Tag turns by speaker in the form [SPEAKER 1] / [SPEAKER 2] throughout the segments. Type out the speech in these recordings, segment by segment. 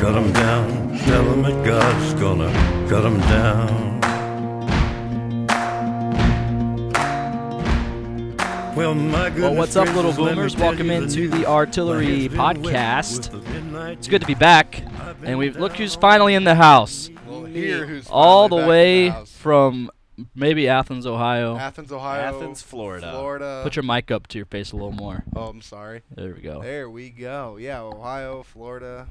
[SPEAKER 1] cut him down. Tell him that God's gonna cut him down. Well, my goodness
[SPEAKER 2] Well, what's up,
[SPEAKER 1] gracious,
[SPEAKER 2] little
[SPEAKER 1] let me
[SPEAKER 2] boomers?
[SPEAKER 1] tell you
[SPEAKER 2] Welcome
[SPEAKER 1] the
[SPEAKER 2] into
[SPEAKER 1] news.
[SPEAKER 2] the
[SPEAKER 1] My
[SPEAKER 2] Artillery
[SPEAKER 1] head's been wet
[SPEAKER 2] Podcast.
[SPEAKER 1] with the midnight
[SPEAKER 2] It's good to be back, and we look who's finally in the house,
[SPEAKER 3] Well, here, who's
[SPEAKER 2] all the
[SPEAKER 3] finally back in
[SPEAKER 2] way
[SPEAKER 3] house.
[SPEAKER 2] from maybe Athens, Ohio.
[SPEAKER 3] Athens, Ohio,
[SPEAKER 4] Athens, Florida.
[SPEAKER 3] Florida.
[SPEAKER 2] Put your mic up to your face a little more.
[SPEAKER 3] oh, I'm sorry.
[SPEAKER 2] There we go.
[SPEAKER 3] There we go. Yeah, Ohio, Florida.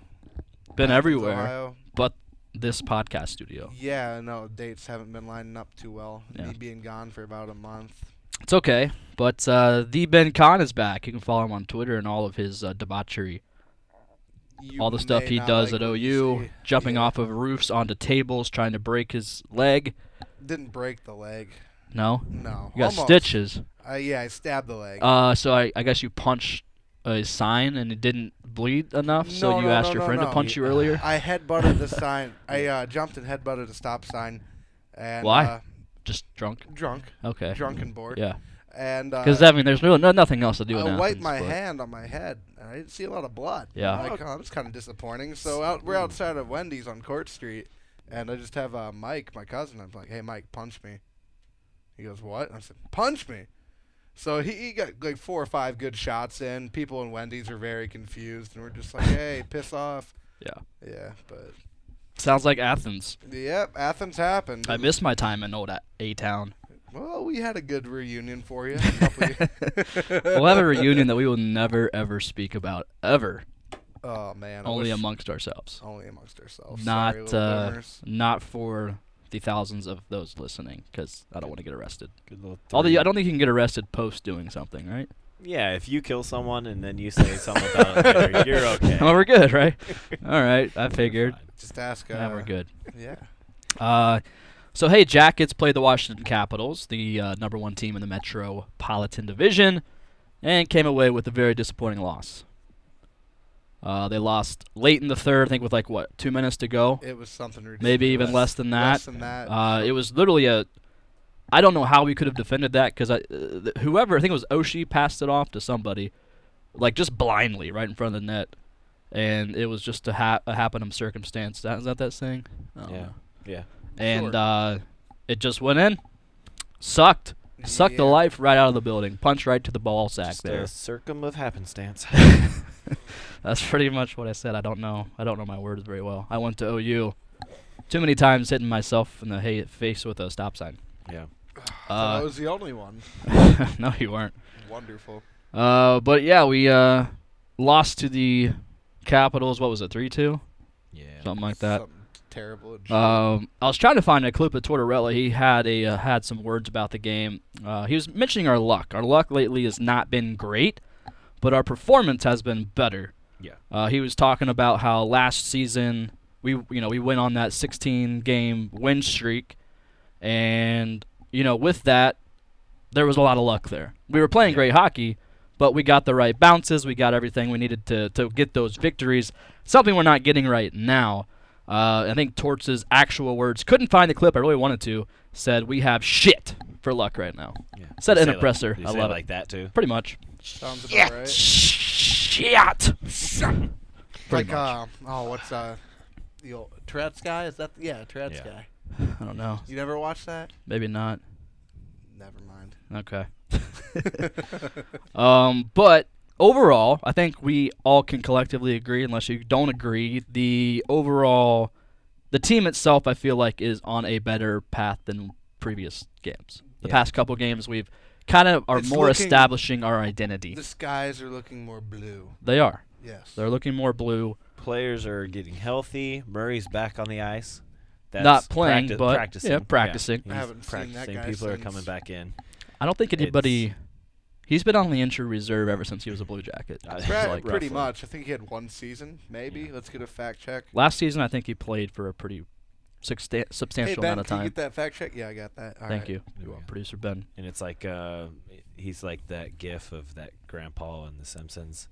[SPEAKER 2] Been
[SPEAKER 3] Athens,
[SPEAKER 2] everywhere,
[SPEAKER 3] Ohio.
[SPEAKER 2] but this podcast studio.
[SPEAKER 3] Yeah, no, dates haven't been lining up too well.
[SPEAKER 2] Yeah.
[SPEAKER 3] Me being gone for about a month.
[SPEAKER 2] It's okay, but uh, the Ben Con is back. You can follow him on Twitter and all of his uh, debauchery,
[SPEAKER 3] You
[SPEAKER 2] all the stuff
[SPEAKER 3] may
[SPEAKER 2] he
[SPEAKER 3] not
[SPEAKER 2] does
[SPEAKER 3] like
[SPEAKER 2] at
[SPEAKER 3] what you
[SPEAKER 2] OU,
[SPEAKER 3] see.
[SPEAKER 2] jumping
[SPEAKER 3] Yeah.
[SPEAKER 2] off of roofs onto tables, trying to break his leg.
[SPEAKER 3] Didn't break the leg.
[SPEAKER 2] No,
[SPEAKER 3] No.
[SPEAKER 2] you got
[SPEAKER 3] Almost.
[SPEAKER 2] stitches.
[SPEAKER 3] Uh, yeah, I stabbed the leg.
[SPEAKER 2] Uh, so I, I guess you punched a sign and it didn't bleed enough, so
[SPEAKER 3] No,
[SPEAKER 2] you
[SPEAKER 3] no,
[SPEAKER 2] asked
[SPEAKER 3] no,
[SPEAKER 2] your
[SPEAKER 3] no,
[SPEAKER 2] friend to
[SPEAKER 3] no.
[SPEAKER 2] punch you earlier.
[SPEAKER 3] I headbutted the sign. I uh, jumped and headbutted a stop sign. And,
[SPEAKER 2] Why?
[SPEAKER 3] Uh,
[SPEAKER 2] Just drunk.
[SPEAKER 3] drunk.
[SPEAKER 2] Okay.
[SPEAKER 3] Drunk and bored.
[SPEAKER 2] Yeah.
[SPEAKER 3] And uh,
[SPEAKER 2] Because I mean, there's really no, nothing else to do. in
[SPEAKER 3] I wiped
[SPEAKER 2] Athens,
[SPEAKER 3] my
[SPEAKER 2] but-
[SPEAKER 3] hand on my head, and I didn't see a lot of blood.
[SPEAKER 2] Yeah.
[SPEAKER 3] I'm like, oh, that's kind of disappointing. So out, we're outside of Wendy's on Court Street, and I just have uh, Mike, my cousin. I'm like, hey, Mike, punch me. He goes, what? I said, punch me. So he, he got like four or five good shots in. People in Wendy's are very confused, and we're just like, hey, piss off.
[SPEAKER 2] Yeah.
[SPEAKER 3] Yeah, but
[SPEAKER 2] Sounds like Athens.
[SPEAKER 3] yep, Athens happened.
[SPEAKER 2] I missed my time in old A- A town.
[SPEAKER 3] Well, we had a good reunion for you. a couple years-
[SPEAKER 2] We'll have a reunion that we will never ever speak about ever,
[SPEAKER 3] Oh man, I
[SPEAKER 2] only
[SPEAKER 3] wish-
[SPEAKER 2] amongst ourselves.
[SPEAKER 3] only amongst ourselves.
[SPEAKER 2] not
[SPEAKER 3] Sorry, little
[SPEAKER 2] uh,
[SPEAKER 3] boomers.
[SPEAKER 2] not for the thousands of those listening, because I don't want to get arrested.
[SPEAKER 4] Good little
[SPEAKER 2] Although
[SPEAKER 4] three.
[SPEAKER 2] I don't think you can get arrested post doing something, right?
[SPEAKER 4] Yeah, if you kill someone and then you say something about it later, you're okay.
[SPEAKER 2] Well, we're good, right? All right, I figured.
[SPEAKER 3] Just ask. Uh,
[SPEAKER 2] Yeah, we're good.
[SPEAKER 3] Yeah.
[SPEAKER 2] Uh, so hey, Jackets play the Washington Capitals, the uh, number one team in the Metropolitan Division, and came away with a very disappointing loss. Uh, they lost late in the third, I think, with like what two minutes to go,
[SPEAKER 3] It was something ridiculous.
[SPEAKER 2] maybe even less than that.
[SPEAKER 3] Less than that.
[SPEAKER 2] Uh, it was literally a. I don't know how we could have defended that because I, uh, th- whoever I think it was Oshie passed it off to somebody, like just blindly right in front of the net, and it was just a, ha- a happenum circumstance. Is that- is that that saying? I don't
[SPEAKER 4] Yeah.
[SPEAKER 2] know.
[SPEAKER 4] Yeah.
[SPEAKER 2] And
[SPEAKER 3] Sure.
[SPEAKER 2] uh, it just went in, sucked, sucked the
[SPEAKER 3] Yeah. uh,
[SPEAKER 2] life right out of the building, punched right to the ball sack
[SPEAKER 4] Just
[SPEAKER 2] there.
[SPEAKER 4] a circum of happenstance.
[SPEAKER 2] That's pretty much what I said. I don't know. I don't know my words very well. I went to OU, too many times hitting myself in the hay- face with a stop sign.
[SPEAKER 4] yeah.
[SPEAKER 3] So
[SPEAKER 2] uh,
[SPEAKER 3] that was the only one.
[SPEAKER 2] no, you weren't.
[SPEAKER 3] Wonderful.
[SPEAKER 2] Uh, but yeah, we uh, lost to the Capitals. What was it, three two,
[SPEAKER 4] Yeah.
[SPEAKER 2] something like that.
[SPEAKER 3] Something terrible. and shit.
[SPEAKER 2] Um, I was trying to find a clip of Tortorella. He had a uh, had some words about the game. Uh, he was mentioning our luck. Our luck lately has not been great, but our performance has been better.
[SPEAKER 4] Yeah.
[SPEAKER 2] Uh, he was talking about how last season we you know we went on that 16 game win streak, and you know with that there was a lot of luck there. We were playing
[SPEAKER 4] Yeah.
[SPEAKER 2] great hockey, but we got the right bounces. We got everything we needed to to get those victories. Something we're not getting right now. Uh, I think Torch's actual words couldn't find the clip. I really wanted to. Said we have shit for luck right now.
[SPEAKER 4] yeah.
[SPEAKER 2] Said
[SPEAKER 4] You
[SPEAKER 2] an
[SPEAKER 4] say it like-
[SPEAKER 2] oppressor.
[SPEAKER 4] you
[SPEAKER 2] I
[SPEAKER 4] say
[SPEAKER 2] love it.
[SPEAKER 4] like that too.
[SPEAKER 2] Pretty much.
[SPEAKER 3] Sounds about
[SPEAKER 2] Yeah.
[SPEAKER 3] right. It's
[SPEAKER 2] Shit.
[SPEAKER 3] like
[SPEAKER 2] much.
[SPEAKER 3] uh, oh, what's uh, the old Tourette's guy? Is that yeah, Tourette's
[SPEAKER 4] Yeah.
[SPEAKER 3] guy?
[SPEAKER 2] I don't know.
[SPEAKER 3] You never watched that?
[SPEAKER 2] Maybe not.
[SPEAKER 3] Never mind.
[SPEAKER 2] Okay. um, but overall, I think we all can collectively agree, unless you don't agree, the overall, the team itself, I feel like, is on a better path than previous games. The
[SPEAKER 4] Yeah.
[SPEAKER 2] past couple games, we've kind of are
[SPEAKER 3] It's
[SPEAKER 2] more
[SPEAKER 3] looking-
[SPEAKER 2] establishing our identity.
[SPEAKER 3] the skies are looking more blue.
[SPEAKER 2] they are.
[SPEAKER 3] Yes.
[SPEAKER 2] They're looking more blue.
[SPEAKER 4] Players are getting healthy. Murray's back on the ice. That's
[SPEAKER 2] Not playing,
[SPEAKER 4] practi-
[SPEAKER 2] but-
[SPEAKER 4] practicing.
[SPEAKER 2] yeah, practicing.
[SPEAKER 3] I
[SPEAKER 4] He's
[SPEAKER 3] haven't seen that
[SPEAKER 4] practicing.
[SPEAKER 3] guy
[SPEAKER 4] People are
[SPEAKER 3] since-
[SPEAKER 4] coming back in.
[SPEAKER 2] I don't think
[SPEAKER 4] It's-
[SPEAKER 2] anybody. he's been on the injury reserve ever since he was a Blue Jacket.
[SPEAKER 4] I-
[SPEAKER 2] It's
[SPEAKER 3] Pre-
[SPEAKER 4] like
[SPEAKER 3] pretty
[SPEAKER 4] roughly.
[SPEAKER 3] much. I think he had one season, maybe. Let's get a fact check.
[SPEAKER 2] Last season, I think he played for a pretty six sta-
[SPEAKER 3] Hey
[SPEAKER 2] substantial
[SPEAKER 3] Ben,
[SPEAKER 2] amount of
[SPEAKER 3] can you
[SPEAKER 2] time.
[SPEAKER 3] get that fact check? Yeah, I got that. All
[SPEAKER 2] Thank
[SPEAKER 3] right.
[SPEAKER 2] you,
[SPEAKER 4] There
[SPEAKER 2] You're
[SPEAKER 4] we
[SPEAKER 2] welcome,
[SPEAKER 4] go.
[SPEAKER 2] producer Ben.
[SPEAKER 4] And it's like uh, he's like that gif of that grandpa in The Simpsons.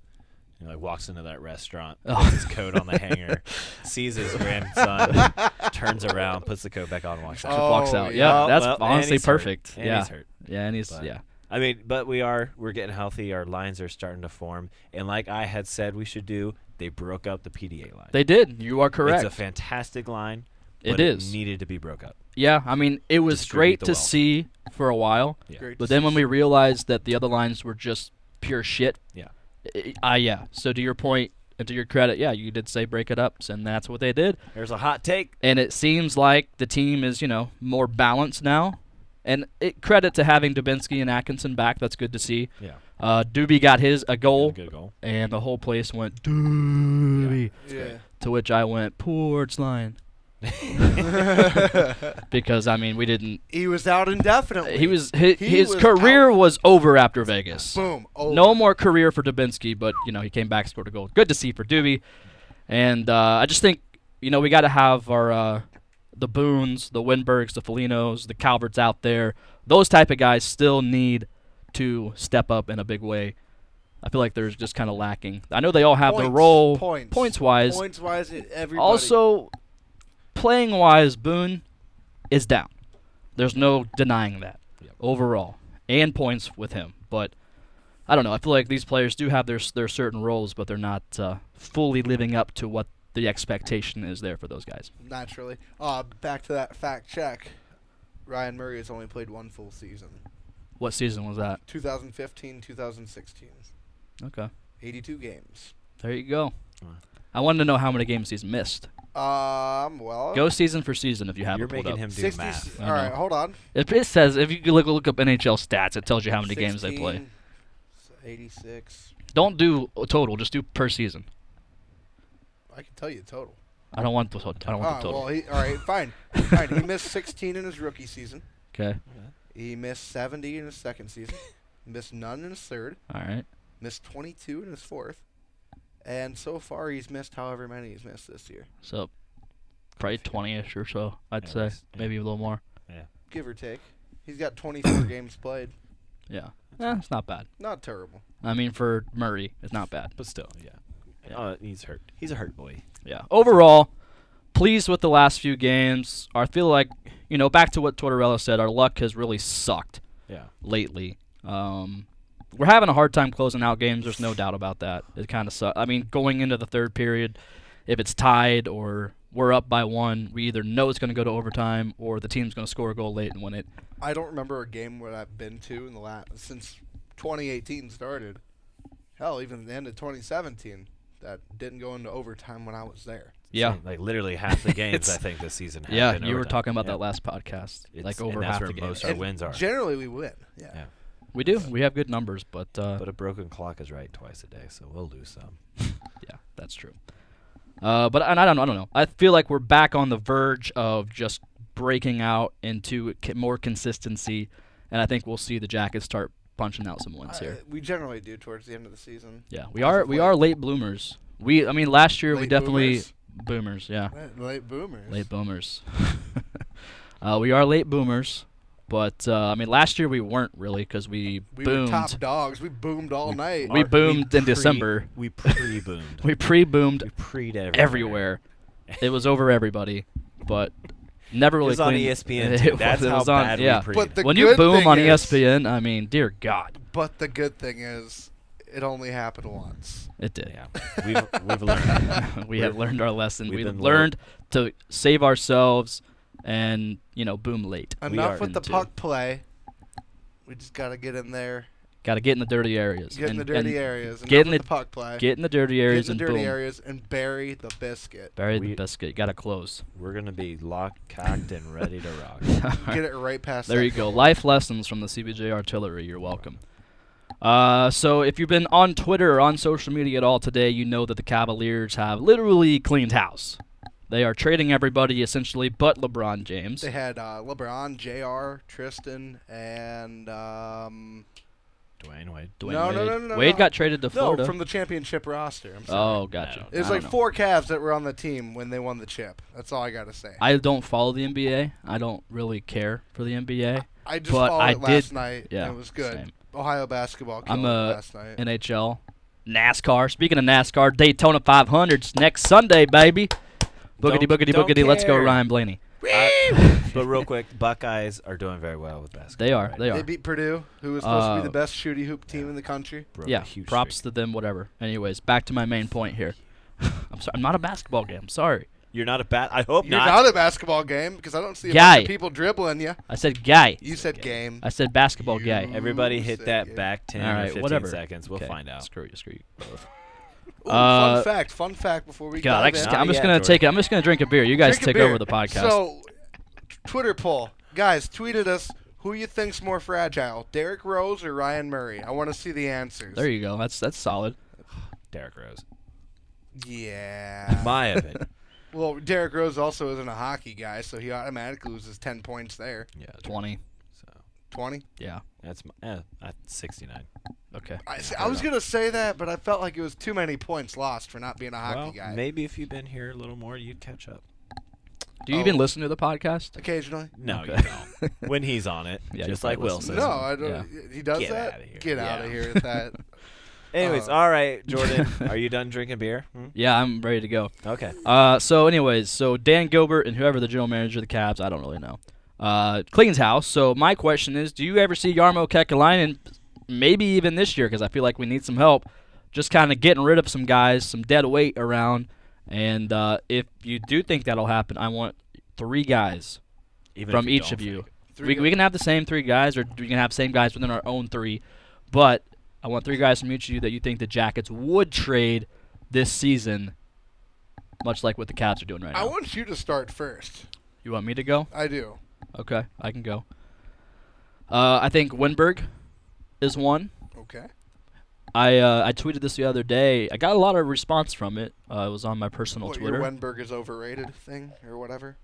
[SPEAKER 4] He like walks into that restaurant,
[SPEAKER 2] Oh.
[SPEAKER 4] puts his coat on the hanger, sees his grandson, turns around, puts the coat back on, walks out.
[SPEAKER 3] Oh,
[SPEAKER 2] walks out.
[SPEAKER 3] yeah.
[SPEAKER 2] Yeah, that's
[SPEAKER 4] Well, and
[SPEAKER 2] honestly
[SPEAKER 4] he's hurt.
[SPEAKER 2] perfect.
[SPEAKER 4] And
[SPEAKER 2] yeah,
[SPEAKER 4] he's hurt.
[SPEAKER 2] yeah, and he's
[SPEAKER 4] But-
[SPEAKER 2] yeah.
[SPEAKER 4] I mean, but we are we're getting healthy. Our lines are starting to form, and like I had said, we should do. They broke up the PDA line.
[SPEAKER 2] They did. You are correct.
[SPEAKER 4] It's a fantastic line.
[SPEAKER 2] It
[SPEAKER 4] but
[SPEAKER 2] is.
[SPEAKER 4] It needed to be broke up.
[SPEAKER 2] yeah, I mean, it was
[SPEAKER 4] Distribute
[SPEAKER 2] great
[SPEAKER 4] the
[SPEAKER 2] to
[SPEAKER 4] wealth.
[SPEAKER 2] see for a while,
[SPEAKER 4] Yeah.
[SPEAKER 3] Great
[SPEAKER 2] but then when we
[SPEAKER 3] decision.
[SPEAKER 2] realized that the other lines were just pure shit,
[SPEAKER 4] Yeah.
[SPEAKER 2] I- I, yeah. So to your point and to your credit, yeah, you did say break it up, and that's what they did.
[SPEAKER 4] There's a hot take.
[SPEAKER 2] and it seems like the team is you know more balanced now. And it, credit to having Dubinsky and Atkinson back. That's good to see.
[SPEAKER 4] Yeah.
[SPEAKER 2] Uh, Doobie got his a goal,
[SPEAKER 4] Good goal.
[SPEAKER 2] and the whole place went Doobie.
[SPEAKER 3] Yeah.
[SPEAKER 2] To which I went poor line because I mean we didn't.
[SPEAKER 3] he was out indefinitely.
[SPEAKER 2] He was his,
[SPEAKER 3] He
[SPEAKER 2] his
[SPEAKER 3] was
[SPEAKER 2] career was over after Vegas.
[SPEAKER 3] Boom. Oh, Over.
[SPEAKER 2] No more career for Dubinsky, but you know he came back, scored a goal. Good to see for Doobie, and uh, I just think you know we got to have our uh, the Boons, the Winbergs, the Felinos, the Calverts out there. Those type of guys still need to step up in a big way. I feel like they're just kind of lacking. I know they all have their
[SPEAKER 3] Points,
[SPEAKER 2] role
[SPEAKER 3] points,
[SPEAKER 2] wise.
[SPEAKER 3] Points wise, everybody.
[SPEAKER 2] Also, playing wise, Boone is down. There's no denying that
[SPEAKER 4] Yep.
[SPEAKER 2] overall, and points with him. But I don't know. I feel like these players do have their s- their certain roles, but they're not uh, fully living up to what the expectation is there for those guys.
[SPEAKER 3] naturally. Uh, back to that fact check. Ryan Murray has only played one full season.
[SPEAKER 2] What season was that?
[SPEAKER 3] 2015, 2016.
[SPEAKER 2] Okay,
[SPEAKER 3] 82 games.
[SPEAKER 2] there you go.
[SPEAKER 4] Wow.
[SPEAKER 2] I wanted to know how many games he's missed.
[SPEAKER 3] Um, well.
[SPEAKER 2] Go season for season if you have
[SPEAKER 4] You're
[SPEAKER 2] it pulled
[SPEAKER 4] making
[SPEAKER 2] up.
[SPEAKER 4] him do
[SPEAKER 3] 60,
[SPEAKER 4] math.
[SPEAKER 2] I
[SPEAKER 3] All right,
[SPEAKER 2] know.
[SPEAKER 3] hold on.
[SPEAKER 2] It, it says if you look look up NHL stats, it tells you how many games they play.
[SPEAKER 3] 16, 86.
[SPEAKER 2] Don't do a total, just do per season.
[SPEAKER 3] I can tell you the total.
[SPEAKER 2] I don't want the total. I don't want
[SPEAKER 3] Ah,
[SPEAKER 2] the total.
[SPEAKER 3] well, he, all right, fine. fine. He missed 16 in his rookie season.
[SPEAKER 2] okay.
[SPEAKER 3] He missed 70 in his second season. missed none in his third.
[SPEAKER 2] All right.
[SPEAKER 3] Missed 22 in his fourth. And so far, he's missed however many he's missed this year,
[SPEAKER 2] So probably twenty ish or so, I'd
[SPEAKER 4] Yeah,
[SPEAKER 2] say.
[SPEAKER 4] that's- yeah.
[SPEAKER 2] Maybe a little more.
[SPEAKER 3] give or take. He's got 24 games played.
[SPEAKER 2] Yeah. Eh, it's not bad.
[SPEAKER 3] Not terrible.
[SPEAKER 2] I mean for Murray, it's not bad.
[SPEAKER 4] But still, yeah.
[SPEAKER 2] Yeah.
[SPEAKER 4] Uh, he's hurt. He's a hurt boy.
[SPEAKER 2] Yeah. Overall, pleased with the last few games. I feel like you know, back to what Tortorella said, our luck has really sucked
[SPEAKER 4] Yeah.
[SPEAKER 2] lately. Um we're having a hard time closing out games. There's no doubt about that. It kind of sucks. I mean, going into the third period, if it's tied or we're up by one, we either know it's going to go to overtime or the team's going to score a goal late and win it.
[SPEAKER 3] I don't remember a game where I've been to in the last since 2018 started. Hell, even the end of 2017 that didn't go into overtime when I was there.
[SPEAKER 2] Yeah.
[SPEAKER 4] Like literally half the games
[SPEAKER 2] It's-
[SPEAKER 4] I think this season. have
[SPEAKER 2] Yeah,
[SPEAKER 4] been
[SPEAKER 2] you were
[SPEAKER 4] overtime.
[SPEAKER 2] talking about
[SPEAKER 4] Yeah.
[SPEAKER 2] that last podcast.
[SPEAKER 4] It's-
[SPEAKER 2] like
[SPEAKER 4] and
[SPEAKER 2] over
[SPEAKER 4] that's
[SPEAKER 2] half
[SPEAKER 4] where
[SPEAKER 2] the games.
[SPEAKER 4] most our wins are.
[SPEAKER 3] Generally, we win. Yeah.
[SPEAKER 4] Yeah.
[SPEAKER 2] We do. We have good numbers, but, uh,
[SPEAKER 4] But a broken clock is right twice a day, so we'll lose some.
[SPEAKER 2] yeah, that's true. Uh, but and I don't, I don't know. I feel like we're back on the verge of just breaking out into c- more consistency, and I think we'll see the Jackets start punching out some wins here.
[SPEAKER 3] I- Uh, we generally do towards the end of the season.
[SPEAKER 2] Yeah, we are we are late bloomers. We I mean last year we
[SPEAKER 3] Late
[SPEAKER 2] definitely
[SPEAKER 3] boomers?
[SPEAKER 2] boomers yeah.
[SPEAKER 3] Late, late boomers.
[SPEAKER 2] Late boomers. uh, we are late boomers, but uh, I mean, last year we weren't really because we,
[SPEAKER 3] we
[SPEAKER 2] boomed.
[SPEAKER 3] were top dogs. We boomed all night.
[SPEAKER 2] we
[SPEAKER 4] Our-
[SPEAKER 2] boomed in
[SPEAKER 4] pre-
[SPEAKER 2] December.
[SPEAKER 4] We pre-boomed.
[SPEAKER 2] We pre-boomed
[SPEAKER 4] we pre
[SPEAKER 2] everywhere. it was over everybody, but never really.
[SPEAKER 4] It was on E
[SPEAKER 2] cleaned-
[SPEAKER 4] ESPN.
[SPEAKER 2] It
[SPEAKER 4] too.
[SPEAKER 2] was-
[SPEAKER 4] That's
[SPEAKER 2] it
[SPEAKER 4] how
[SPEAKER 2] was on-
[SPEAKER 4] bad
[SPEAKER 2] yeah.
[SPEAKER 4] we pre.
[SPEAKER 3] But the
[SPEAKER 2] When you
[SPEAKER 3] good
[SPEAKER 2] boom
[SPEAKER 3] thing
[SPEAKER 2] on E
[SPEAKER 3] is-
[SPEAKER 2] ESPN, I mean, dear God,
[SPEAKER 3] But the good thing is, it only happened once.
[SPEAKER 2] it did.
[SPEAKER 4] yeah, we've, we've learned.
[SPEAKER 2] we have
[SPEAKER 4] We're-
[SPEAKER 2] learned our lesson.
[SPEAKER 4] we've
[SPEAKER 2] We
[SPEAKER 4] been
[SPEAKER 2] learned to save ourselves, and you know, boom late.
[SPEAKER 3] Enough
[SPEAKER 4] are
[SPEAKER 3] with the
[SPEAKER 2] into-
[SPEAKER 3] puck play. We just gotta get in there,
[SPEAKER 2] Got to get in the dirty areas.
[SPEAKER 3] get in
[SPEAKER 2] and-
[SPEAKER 3] the dirty
[SPEAKER 2] and
[SPEAKER 3] areas,
[SPEAKER 2] get
[SPEAKER 3] enough
[SPEAKER 2] in
[SPEAKER 3] with
[SPEAKER 2] the-
[SPEAKER 3] the puck play,
[SPEAKER 2] Get in the dirty
[SPEAKER 3] Get
[SPEAKER 2] areas
[SPEAKER 3] in the
[SPEAKER 2] and
[SPEAKER 3] dirty
[SPEAKER 2] boom.
[SPEAKER 3] areas, and bury the biscuit.
[SPEAKER 2] Bury the
[SPEAKER 4] We-
[SPEAKER 2] biscuit. Got to close.
[SPEAKER 4] We're gonna be locked, cocked, and ready to rock.
[SPEAKER 3] Get it right past.
[SPEAKER 2] There
[SPEAKER 3] that
[SPEAKER 2] you go.
[SPEAKER 3] goal.
[SPEAKER 2] Life lessons from the CBJ artillery. You're welcome. Uh, so if you've been on Twitter or on social media at all today, you know that the Cavaliers have literally cleaned house. They are trading everybody essentially, but LeBron James.
[SPEAKER 3] They had uh, LeBron, Jr., Tristan, and um,
[SPEAKER 4] Dwayne Wade.
[SPEAKER 2] Dwayne
[SPEAKER 3] No,
[SPEAKER 2] Wade.
[SPEAKER 3] no, no, no, no,
[SPEAKER 2] Wade
[SPEAKER 3] no.
[SPEAKER 2] got traded to Florida.
[SPEAKER 3] No, from the championship roster. I'm sorry.
[SPEAKER 2] oh, gotcha.
[SPEAKER 4] don't
[SPEAKER 3] it was
[SPEAKER 2] I
[SPEAKER 3] like
[SPEAKER 2] don't know.
[SPEAKER 3] four Cavs that were on the team when they won the chip. That's all I gotta say.
[SPEAKER 2] I don't follow the NBA. I don't really care for the NBA.
[SPEAKER 3] I just
[SPEAKER 2] but
[SPEAKER 3] followed
[SPEAKER 2] I
[SPEAKER 3] it last
[SPEAKER 2] did-
[SPEAKER 3] night.
[SPEAKER 2] yeah,
[SPEAKER 3] and it was good.
[SPEAKER 2] same.
[SPEAKER 3] Ohio basketball killed
[SPEAKER 2] I'm
[SPEAKER 3] it
[SPEAKER 2] a-
[SPEAKER 3] last night.
[SPEAKER 2] NHL, NASCAR. Speaking of NASCAR, Daytona 500's next Sunday, baby. Boogity,
[SPEAKER 4] Don't-
[SPEAKER 2] boogity,
[SPEAKER 4] don't
[SPEAKER 2] boogity. Let's go,
[SPEAKER 4] care.
[SPEAKER 2] Ryan Blaney.
[SPEAKER 4] but real quick, Buckeyes are doing very well with basketball.
[SPEAKER 2] They are.
[SPEAKER 4] right?
[SPEAKER 2] They are.
[SPEAKER 3] They beat Purdue, who was supposed to
[SPEAKER 2] Uh,
[SPEAKER 3] be the best shooty hoop team in the country.
[SPEAKER 4] Broke a
[SPEAKER 2] yeah,
[SPEAKER 4] huge
[SPEAKER 2] props
[SPEAKER 4] streak.
[SPEAKER 2] to them, whatever. Anyways, back to my main point here. I'm sorry. I'm not a basketball game. I'm sorry.
[SPEAKER 4] You're not a bat. I hope
[SPEAKER 3] You're
[SPEAKER 4] not.
[SPEAKER 3] not a basketball game because I don't see a
[SPEAKER 2] Guy.
[SPEAKER 3] bunch of people dribbling you.
[SPEAKER 2] I said guy.
[SPEAKER 3] You said game.
[SPEAKER 2] I said basketball
[SPEAKER 3] You-
[SPEAKER 2] guy.
[SPEAKER 4] Everybody
[SPEAKER 3] Ooh,
[SPEAKER 4] hit
[SPEAKER 3] sick,
[SPEAKER 4] that
[SPEAKER 3] yeah.
[SPEAKER 4] back 10
[SPEAKER 2] All
[SPEAKER 4] or
[SPEAKER 2] right,
[SPEAKER 4] 15
[SPEAKER 2] whatever.
[SPEAKER 4] seconds. We'll
[SPEAKER 2] Okay,
[SPEAKER 4] find out.
[SPEAKER 2] Screw you. Screw you.
[SPEAKER 3] Ooh,
[SPEAKER 2] Uh,
[SPEAKER 3] fun fact. Fun fact. Before we
[SPEAKER 2] God,
[SPEAKER 3] dive
[SPEAKER 2] I
[SPEAKER 3] in.
[SPEAKER 2] just,
[SPEAKER 4] Not
[SPEAKER 2] I'm just
[SPEAKER 4] yet,
[SPEAKER 2] gonna
[SPEAKER 4] Jordan.
[SPEAKER 2] take. I'm just gonna drink a beer. You guys
[SPEAKER 3] Drink a
[SPEAKER 2] take
[SPEAKER 3] beer.
[SPEAKER 2] over the podcast.
[SPEAKER 3] So, t- Twitter poll, guys, tweeted us who you think's more fragile, Derrick Rose or Ryan Murray. I want to see the answers.
[SPEAKER 2] there you go. That's that's solid.
[SPEAKER 4] Derrick Rose.
[SPEAKER 3] yeah.
[SPEAKER 4] My opinion.
[SPEAKER 3] well, Derrick Rose also isn't a hockey guy, so he automatically loses ten points there.
[SPEAKER 4] Yeah.
[SPEAKER 2] Twenty.
[SPEAKER 4] So
[SPEAKER 3] Twenty.
[SPEAKER 2] Yeah.
[SPEAKER 4] that's my, eh, uh, 69.
[SPEAKER 2] Okay.
[SPEAKER 3] I, s- I was gonna say that, but I felt like it was too many points lost for not being a hockey
[SPEAKER 4] Well,
[SPEAKER 3] guy.
[SPEAKER 4] maybe if you've been here a little more, you'd catch up.
[SPEAKER 2] Do you
[SPEAKER 3] Oh.
[SPEAKER 2] even listen to the podcast?
[SPEAKER 3] Occasionally.
[SPEAKER 4] No,
[SPEAKER 2] Okay.
[SPEAKER 4] you don't. when he's on it,
[SPEAKER 2] Yeah,
[SPEAKER 4] just
[SPEAKER 2] you
[SPEAKER 4] like
[SPEAKER 2] probably
[SPEAKER 4] Wilson.
[SPEAKER 2] listen.
[SPEAKER 3] No, I don't. He does
[SPEAKER 4] Get
[SPEAKER 3] that.
[SPEAKER 4] outta here.
[SPEAKER 3] Get
[SPEAKER 4] Yeah.
[SPEAKER 3] out of here with that.
[SPEAKER 4] Anyways,
[SPEAKER 3] Uh,
[SPEAKER 4] all right, Jordan, are you done drinking beer? Hmm?
[SPEAKER 2] Yeah, I'm ready to go.
[SPEAKER 4] Okay.
[SPEAKER 2] Uh, so anyways, so Dan Gilbert and whoever the general manager of the Cavs, I don't really know, uh, cleans house. So my question is, do you ever see Yarmo Kekalainen, maybe even this year, because I feel like we need some help, just kind of getting rid of some guys, some dead weight around, and uh, if you do think that'll happen, I want three guys
[SPEAKER 4] Even
[SPEAKER 2] from
[SPEAKER 4] if
[SPEAKER 2] each
[SPEAKER 4] don't
[SPEAKER 2] of you.
[SPEAKER 4] think.
[SPEAKER 3] Three
[SPEAKER 2] We,
[SPEAKER 3] guys.
[SPEAKER 2] we can have the same three guys, or we can have same guys within our own three. But I want three guys from each of you that you think the Jackets would trade this season, much like what the Cavs are doing right
[SPEAKER 3] I
[SPEAKER 2] now.
[SPEAKER 3] want you to start first.
[SPEAKER 2] you want me to go?
[SPEAKER 3] I do.
[SPEAKER 2] Okay, I can go. Uh, I think Winberg is one.
[SPEAKER 3] Okay.
[SPEAKER 2] I uh, I tweeted this the other day. I got a lot of response from it. Uh, it was on my personal
[SPEAKER 3] What,
[SPEAKER 2] Twitter.
[SPEAKER 3] your Wenberg is overrated thing or whatever?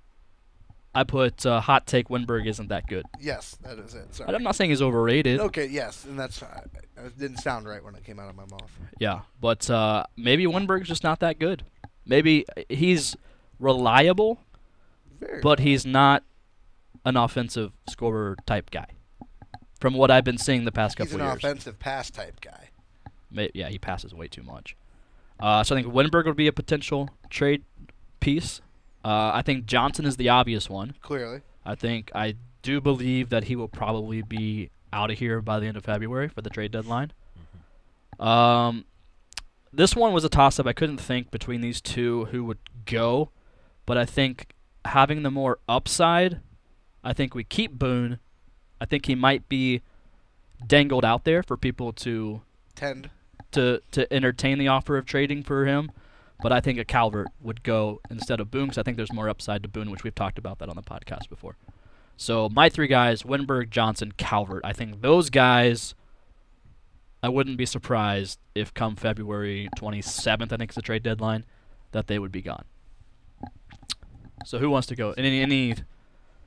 [SPEAKER 2] I put uh, hot take Winberg isn't that good.
[SPEAKER 3] Yes, that is it. Sorry.
[SPEAKER 2] I'm not saying he's overrated.
[SPEAKER 3] Okay, yes, and that's I- I- it didn't sound right when it came out of my mouth.
[SPEAKER 2] Yeah, but uh, maybe Winberg's just not that good. Maybe he's reliable,
[SPEAKER 3] Very
[SPEAKER 2] but he's not an offensive scorer type guy. From what I've been seeing the past
[SPEAKER 3] he's
[SPEAKER 2] couple
[SPEAKER 3] an
[SPEAKER 2] years,
[SPEAKER 3] offensive pass type guy.
[SPEAKER 2] May- yeah, he passes way too much. Uh, so I think Winberg would be a potential trade piece. Uh, I think Johnson is the obvious one.
[SPEAKER 3] Clearly,
[SPEAKER 2] I think I do believe that he will probably be out of here by the end of February for the trade deadline. Um, this one was a toss up. I couldn't think between these two who would go, but I think having the more upside, I think we keep Boone. I think he might be dangled out there for people to
[SPEAKER 3] tend.
[SPEAKER 2] to to entertain the offer of trading for him. But I think a Calvert would go instead of Boone because I think there's more upside to Boone, which we've talked about that on the podcast before. So my three guys: Winberg, Johnson, Calvert. I think those guys. I wouldn't be surprised if come February 27th, I think is the trade deadline, that they would be gone. So who wants to go? Any any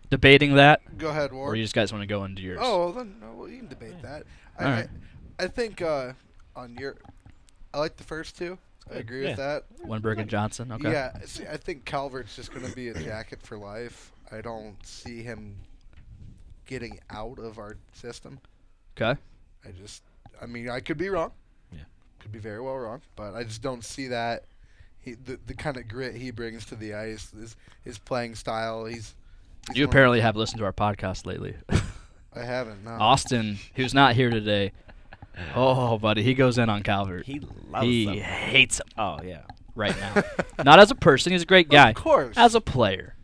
[SPEAKER 2] debating that,
[SPEAKER 3] Go ahead,
[SPEAKER 2] or
[SPEAKER 3] Ward.
[SPEAKER 2] you just guys want to go into yours?
[SPEAKER 3] oh, well, then no, well, you can debate that. I,
[SPEAKER 2] All right.
[SPEAKER 3] I, I think uh, on your, I like the first two. I agree
[SPEAKER 4] yeah.
[SPEAKER 3] with that.
[SPEAKER 2] Winberg and Johnson. Okay.
[SPEAKER 3] Yeah, see, I think Calvert's just going to be a jacket for life. I don't see him getting out of our system.
[SPEAKER 2] Okay.
[SPEAKER 3] I just, I mean, I could be wrong.
[SPEAKER 4] Yeah.
[SPEAKER 3] Could be very well wrong, but I just don't see that. He, the, the kind of grit he brings to the ice, his, his playing style. He's, he's
[SPEAKER 2] You
[SPEAKER 3] one-
[SPEAKER 2] apparently have listened to our podcast lately.
[SPEAKER 3] I haven't. No.
[SPEAKER 2] Austin, who's not here today. Oh, buddy, he goes in on Calvert.
[SPEAKER 4] He loves
[SPEAKER 2] He
[SPEAKER 4] them.
[SPEAKER 2] hates him
[SPEAKER 4] Oh, yeah.
[SPEAKER 2] right now. not as a person, he's a great guy.
[SPEAKER 3] Of course.
[SPEAKER 2] As a player,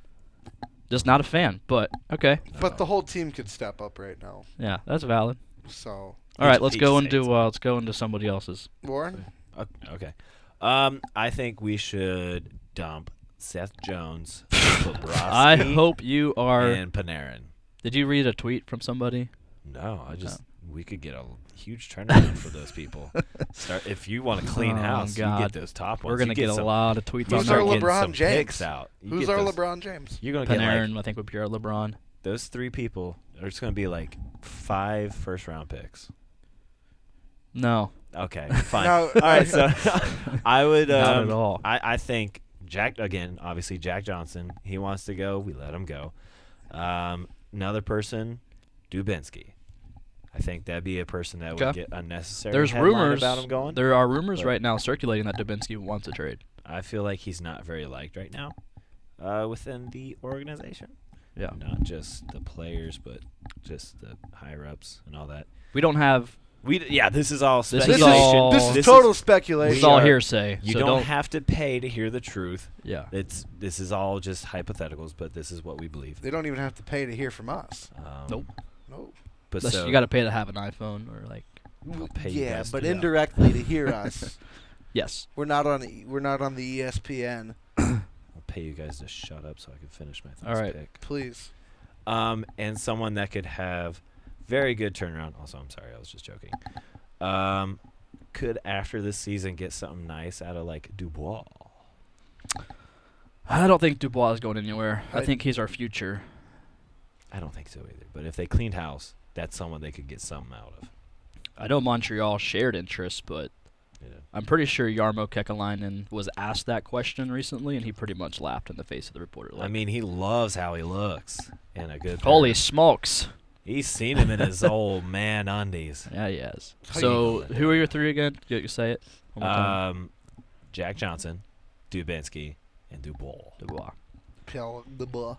[SPEAKER 2] just not a fan. But okay,
[SPEAKER 3] but the whole team could step up right now.
[SPEAKER 2] yeah, that's valid.
[SPEAKER 3] So
[SPEAKER 2] All right, let's
[SPEAKER 4] he
[SPEAKER 2] go
[SPEAKER 4] just hates
[SPEAKER 2] into uh, let's go into somebody else's.
[SPEAKER 3] Warren,
[SPEAKER 4] O- Okay. Um, I think we should dump Seth Jones, Bobrovsky,
[SPEAKER 2] I hope you are.
[SPEAKER 4] and Panarin.
[SPEAKER 2] Did you read a tweet from somebody?
[SPEAKER 4] No, I just we could get a l- huge turnaround for those people. Start if you want to clean
[SPEAKER 2] Oh,
[SPEAKER 4] house, you
[SPEAKER 2] God.
[SPEAKER 4] get those top ones.
[SPEAKER 2] We're gonna
[SPEAKER 4] You
[SPEAKER 2] get, a
[SPEAKER 4] some-
[SPEAKER 2] lot of tweets
[SPEAKER 4] You
[SPEAKER 3] Who's
[SPEAKER 2] on
[SPEAKER 3] our
[SPEAKER 2] that.
[SPEAKER 4] start getting
[SPEAKER 3] LeBron
[SPEAKER 4] some
[SPEAKER 3] James?
[SPEAKER 4] picks out. You
[SPEAKER 3] who's
[SPEAKER 4] get
[SPEAKER 3] our
[SPEAKER 4] those-
[SPEAKER 3] LeBron James?
[SPEAKER 4] You're gonna get like
[SPEAKER 2] Panarin, I think would be our LeBron.
[SPEAKER 4] those three people. There's gonna be like five first round picks.
[SPEAKER 2] No.
[SPEAKER 4] Okay, fine.
[SPEAKER 3] No.
[SPEAKER 4] all right, so I would. Um,
[SPEAKER 2] Not at all.
[SPEAKER 4] I, I think Jack again. Obviously, Jack Johnson. He wants to go. We let him go. Um, another person, Dubinsky. I think that'd be a person that would
[SPEAKER 2] Okay.
[SPEAKER 4] get unnecessary.
[SPEAKER 2] There's
[SPEAKER 4] headline
[SPEAKER 2] rumors
[SPEAKER 4] about him going.
[SPEAKER 2] There are rumors
[SPEAKER 4] but-
[SPEAKER 2] right now circulating that Dubinsky wants a trade.
[SPEAKER 4] I feel like he's not very liked right now uh, within the organization.
[SPEAKER 2] Yeah.
[SPEAKER 4] Not just the players, but just the higher ups and all that.
[SPEAKER 2] We don't have
[SPEAKER 4] We d- yeah, this is all
[SPEAKER 2] is
[SPEAKER 3] This
[SPEAKER 4] speculation.
[SPEAKER 3] is,
[SPEAKER 2] all-
[SPEAKER 3] this is
[SPEAKER 4] This is-
[SPEAKER 3] total
[SPEAKER 2] it's
[SPEAKER 3] speculation.
[SPEAKER 2] all
[SPEAKER 4] are-
[SPEAKER 2] hearsay.
[SPEAKER 4] You
[SPEAKER 2] so
[SPEAKER 4] don't, have to pay to hear the truth.
[SPEAKER 2] Yeah.
[SPEAKER 4] It's this is all just hypotheticals, but this is what we believe.
[SPEAKER 3] They don't even have to pay to hear from us.
[SPEAKER 4] Um,
[SPEAKER 2] Nope.
[SPEAKER 3] Nope.
[SPEAKER 4] But
[SPEAKER 2] Unless
[SPEAKER 4] so,
[SPEAKER 2] you got to pay to have an iPhone or like
[SPEAKER 4] I'll pay you
[SPEAKER 3] yeah,
[SPEAKER 4] guys
[SPEAKER 3] but
[SPEAKER 4] to-
[SPEAKER 3] indirectly to hear us.
[SPEAKER 2] yes.
[SPEAKER 3] We're not on. E- We're not on the ESPN.
[SPEAKER 4] I'll pay you guys to shut up so I can finish my
[SPEAKER 2] All
[SPEAKER 4] thoughts
[SPEAKER 2] right.
[SPEAKER 4] pick.
[SPEAKER 3] Please.
[SPEAKER 4] Um, and someone that could have very good turnaround. Also, I'm sorry, I was just joking. Um, could after this season get something nice out of like Dubois.
[SPEAKER 2] I don't think Dubois is going anywhere. I,
[SPEAKER 3] I-
[SPEAKER 2] think he's our future.
[SPEAKER 4] I don't think so either. But if they cleaned house, that's someone they could get something out of.
[SPEAKER 2] I know Montreal shared interests, but
[SPEAKER 4] You know?
[SPEAKER 2] I'm pretty sure Yarmo Kekalainen was asked that question recently, and he pretty much laughed in the face of the reporter.
[SPEAKER 4] I
[SPEAKER 2] like,
[SPEAKER 4] mean, he loves how he looks and a good.
[SPEAKER 2] holy
[SPEAKER 4] pair.
[SPEAKER 2] smokes!
[SPEAKER 4] He's seen him in his old man undies.
[SPEAKER 2] Yeah, he has.
[SPEAKER 4] How
[SPEAKER 2] So,
[SPEAKER 4] you-
[SPEAKER 2] who are your three again? You you say it. One more time.
[SPEAKER 4] Um, Jack Johnson, Dubinsky, and Dubois.
[SPEAKER 2] Dubois.
[SPEAKER 3] Pell the buh.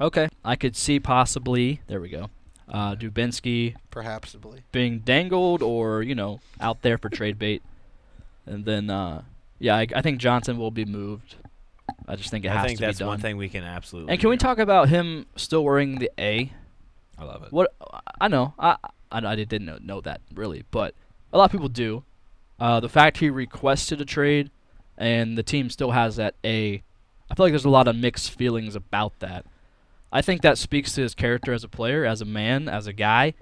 [SPEAKER 2] Okay, I could see possibly. There we go. Uh, Dubinsky
[SPEAKER 3] Perhapsably.
[SPEAKER 2] being dangled, or you know, out there for trade bait, and then uh, yeah, I, I think Johnson will be moved. I just think it has
[SPEAKER 4] I think
[SPEAKER 2] to
[SPEAKER 4] that's
[SPEAKER 2] be done.
[SPEAKER 4] one thing we can absolutely.
[SPEAKER 2] And can we
[SPEAKER 4] do.
[SPEAKER 2] talk about him still wearing the A?
[SPEAKER 4] I love it.
[SPEAKER 2] What I know, I I, I didn't know, know that really, but a lot of people do. Uh, the fact he requested a trade, and the team still has that A, I feel like there's a lot of mixed feelings about that. I think that speaks to his character as a player, as a man, as a guy.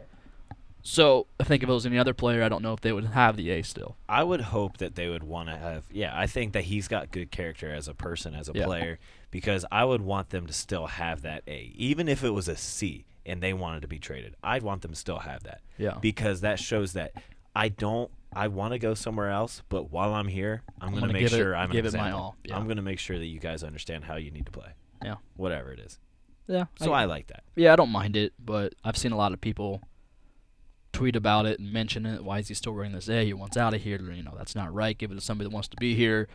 [SPEAKER 2] So I think if it was any other player, I don't know if they would have the A still.
[SPEAKER 4] I would hope that they would want to have. Yeah, I think that he's got good character as a person, as a
[SPEAKER 2] Yeah.
[SPEAKER 4] player, because I would want them to still have that A, even if it was a C and they wanted to be traded. I'd want them to still have that.
[SPEAKER 2] Yeah.
[SPEAKER 4] Because that shows that I don't. I want to go somewhere else, but while I'm here, I'm, gonna,
[SPEAKER 2] gonna
[SPEAKER 4] make
[SPEAKER 2] give it-
[SPEAKER 4] sure I'm an
[SPEAKER 2] give it my
[SPEAKER 4] example.
[SPEAKER 2] all, yeah.
[SPEAKER 4] I'm gonna make sure that you guys understand how you need to play,
[SPEAKER 2] Yeah.
[SPEAKER 4] whatever it is.
[SPEAKER 2] Yeah.
[SPEAKER 4] So I like that.
[SPEAKER 2] Yeah, I don't mind it, but I've seen a lot of people tweet about it and mention it. Why is he still wearing this? Hey, he wants out of here. You know, that's not right. Give it to somebody that wants to be here.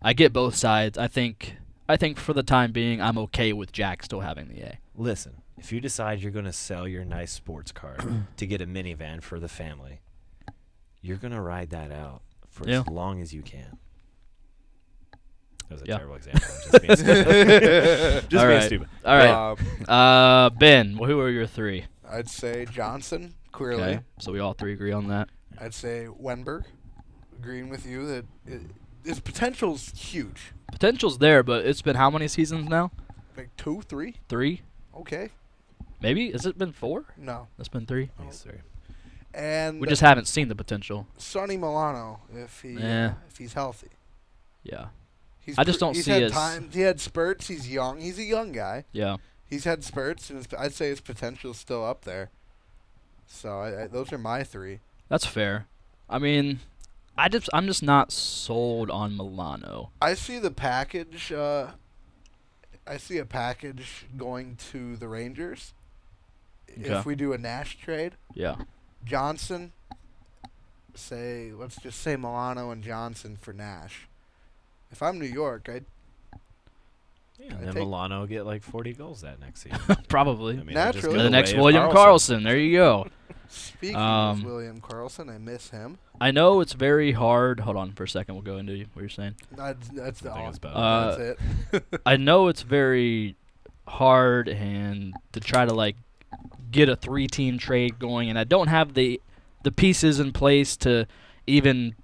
[SPEAKER 2] I get both sides. I think I think for the time being, I'm okay with Jack still having the A.
[SPEAKER 4] Listen, if you decide you're going to sell your nice sports car to get a minivan for the family, you're going to ride that out for
[SPEAKER 2] Yeah.
[SPEAKER 4] as long as you can. That was a
[SPEAKER 2] Yeah.
[SPEAKER 4] terrible example. I'm just being stupid. just
[SPEAKER 2] All
[SPEAKER 4] being
[SPEAKER 2] right.
[SPEAKER 4] stupid.
[SPEAKER 2] All right,
[SPEAKER 3] Um,
[SPEAKER 2] uh, Ben, who are your three?
[SPEAKER 3] I'd say Johnson. Clearly.
[SPEAKER 2] Okay, so we all three agree on that.
[SPEAKER 3] I'd say Wenberg. Agreeing with you that it, his potential's huge.
[SPEAKER 2] Potential's there, but it's been how many seasons now?
[SPEAKER 3] Like two, three.
[SPEAKER 2] Three,
[SPEAKER 3] Okay.
[SPEAKER 2] maybe? Has it been four?
[SPEAKER 3] No.
[SPEAKER 2] It's been three.
[SPEAKER 4] These three.
[SPEAKER 3] And
[SPEAKER 2] We just haven't seen the potential.
[SPEAKER 3] Sonny Milano, if he uh,
[SPEAKER 2] Yeah.
[SPEAKER 3] if he's healthy.
[SPEAKER 2] Yeah,
[SPEAKER 3] He's
[SPEAKER 2] I just
[SPEAKER 3] pr-
[SPEAKER 2] don't
[SPEAKER 3] he's
[SPEAKER 2] see
[SPEAKER 3] had
[SPEAKER 2] us-
[SPEAKER 3] time. He had spurts. He's young. He's a young guy.
[SPEAKER 2] yeah.
[SPEAKER 3] He's had spurts, and his, I'd say his potential's still up there. So I, I, those are my three.
[SPEAKER 2] That's fair. I mean, I just I'm just not sold on Milano.
[SPEAKER 3] I see the package. Uh, I see a package going to the Rangers.
[SPEAKER 2] Okay.
[SPEAKER 3] If we do a Nash trade,
[SPEAKER 2] Yeah.
[SPEAKER 3] Johnson, say let's just say Milano and Johnson for Nash. If I'm New York, I'd
[SPEAKER 4] Yeah,
[SPEAKER 3] I
[SPEAKER 4] and then
[SPEAKER 3] take-
[SPEAKER 4] Milano will get like 40 goals that next season.
[SPEAKER 2] Probably.
[SPEAKER 4] I mean, they'll just
[SPEAKER 3] Naturally.
[SPEAKER 4] go
[SPEAKER 2] the
[SPEAKER 4] the
[SPEAKER 2] next
[SPEAKER 4] way of
[SPEAKER 2] William Carlson. There you go.
[SPEAKER 3] speaking
[SPEAKER 2] Um,
[SPEAKER 3] of William Carlson, I miss him.
[SPEAKER 2] I know it's very hard. Hold on for a second. We'll go into what you're saying.
[SPEAKER 3] That's that's the
[SPEAKER 4] I think
[SPEAKER 3] all,
[SPEAKER 4] it's about-
[SPEAKER 2] Uh,
[SPEAKER 3] that's it.
[SPEAKER 2] I know it's very hard and to try to like get a three-team trade going, and I don't have the the pieces in place to even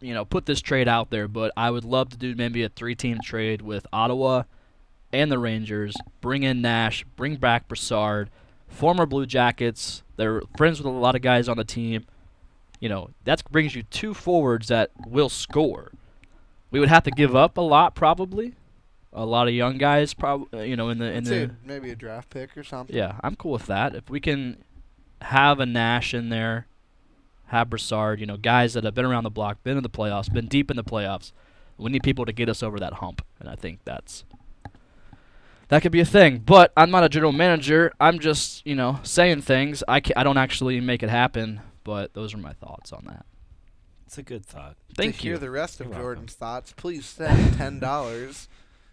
[SPEAKER 2] you know put this trade out there. But I would love to do maybe a three-team trade with Ottawa and the Rangers. Bring in Nash. Bring back Broussard. Former Blue Jackets. They're friends with a lot of guys on the team. You know that brings you two forwards that will score. We would have to give up a lot, probably. A lot of young guys, probably. You know, in the in
[SPEAKER 3] I'd
[SPEAKER 2] the
[SPEAKER 3] say maybe a draft pick or something.
[SPEAKER 2] yeah, I'm cool with that. If we can have a Nash in there, Habersard, you know, guys that have been around the block, been in the playoffs, been deep in the playoffs. We need people to get us over that hump, and I think that's that could be a thing. But I'm not a general manager. I'm just you know saying things. I ca I don't actually make it happen. But those are my thoughts on that.
[SPEAKER 4] It's a good thought.
[SPEAKER 2] Thank
[SPEAKER 3] to
[SPEAKER 2] you.
[SPEAKER 3] hear the rest of
[SPEAKER 4] You're
[SPEAKER 3] Jordan's thoughts, please send ten dollars.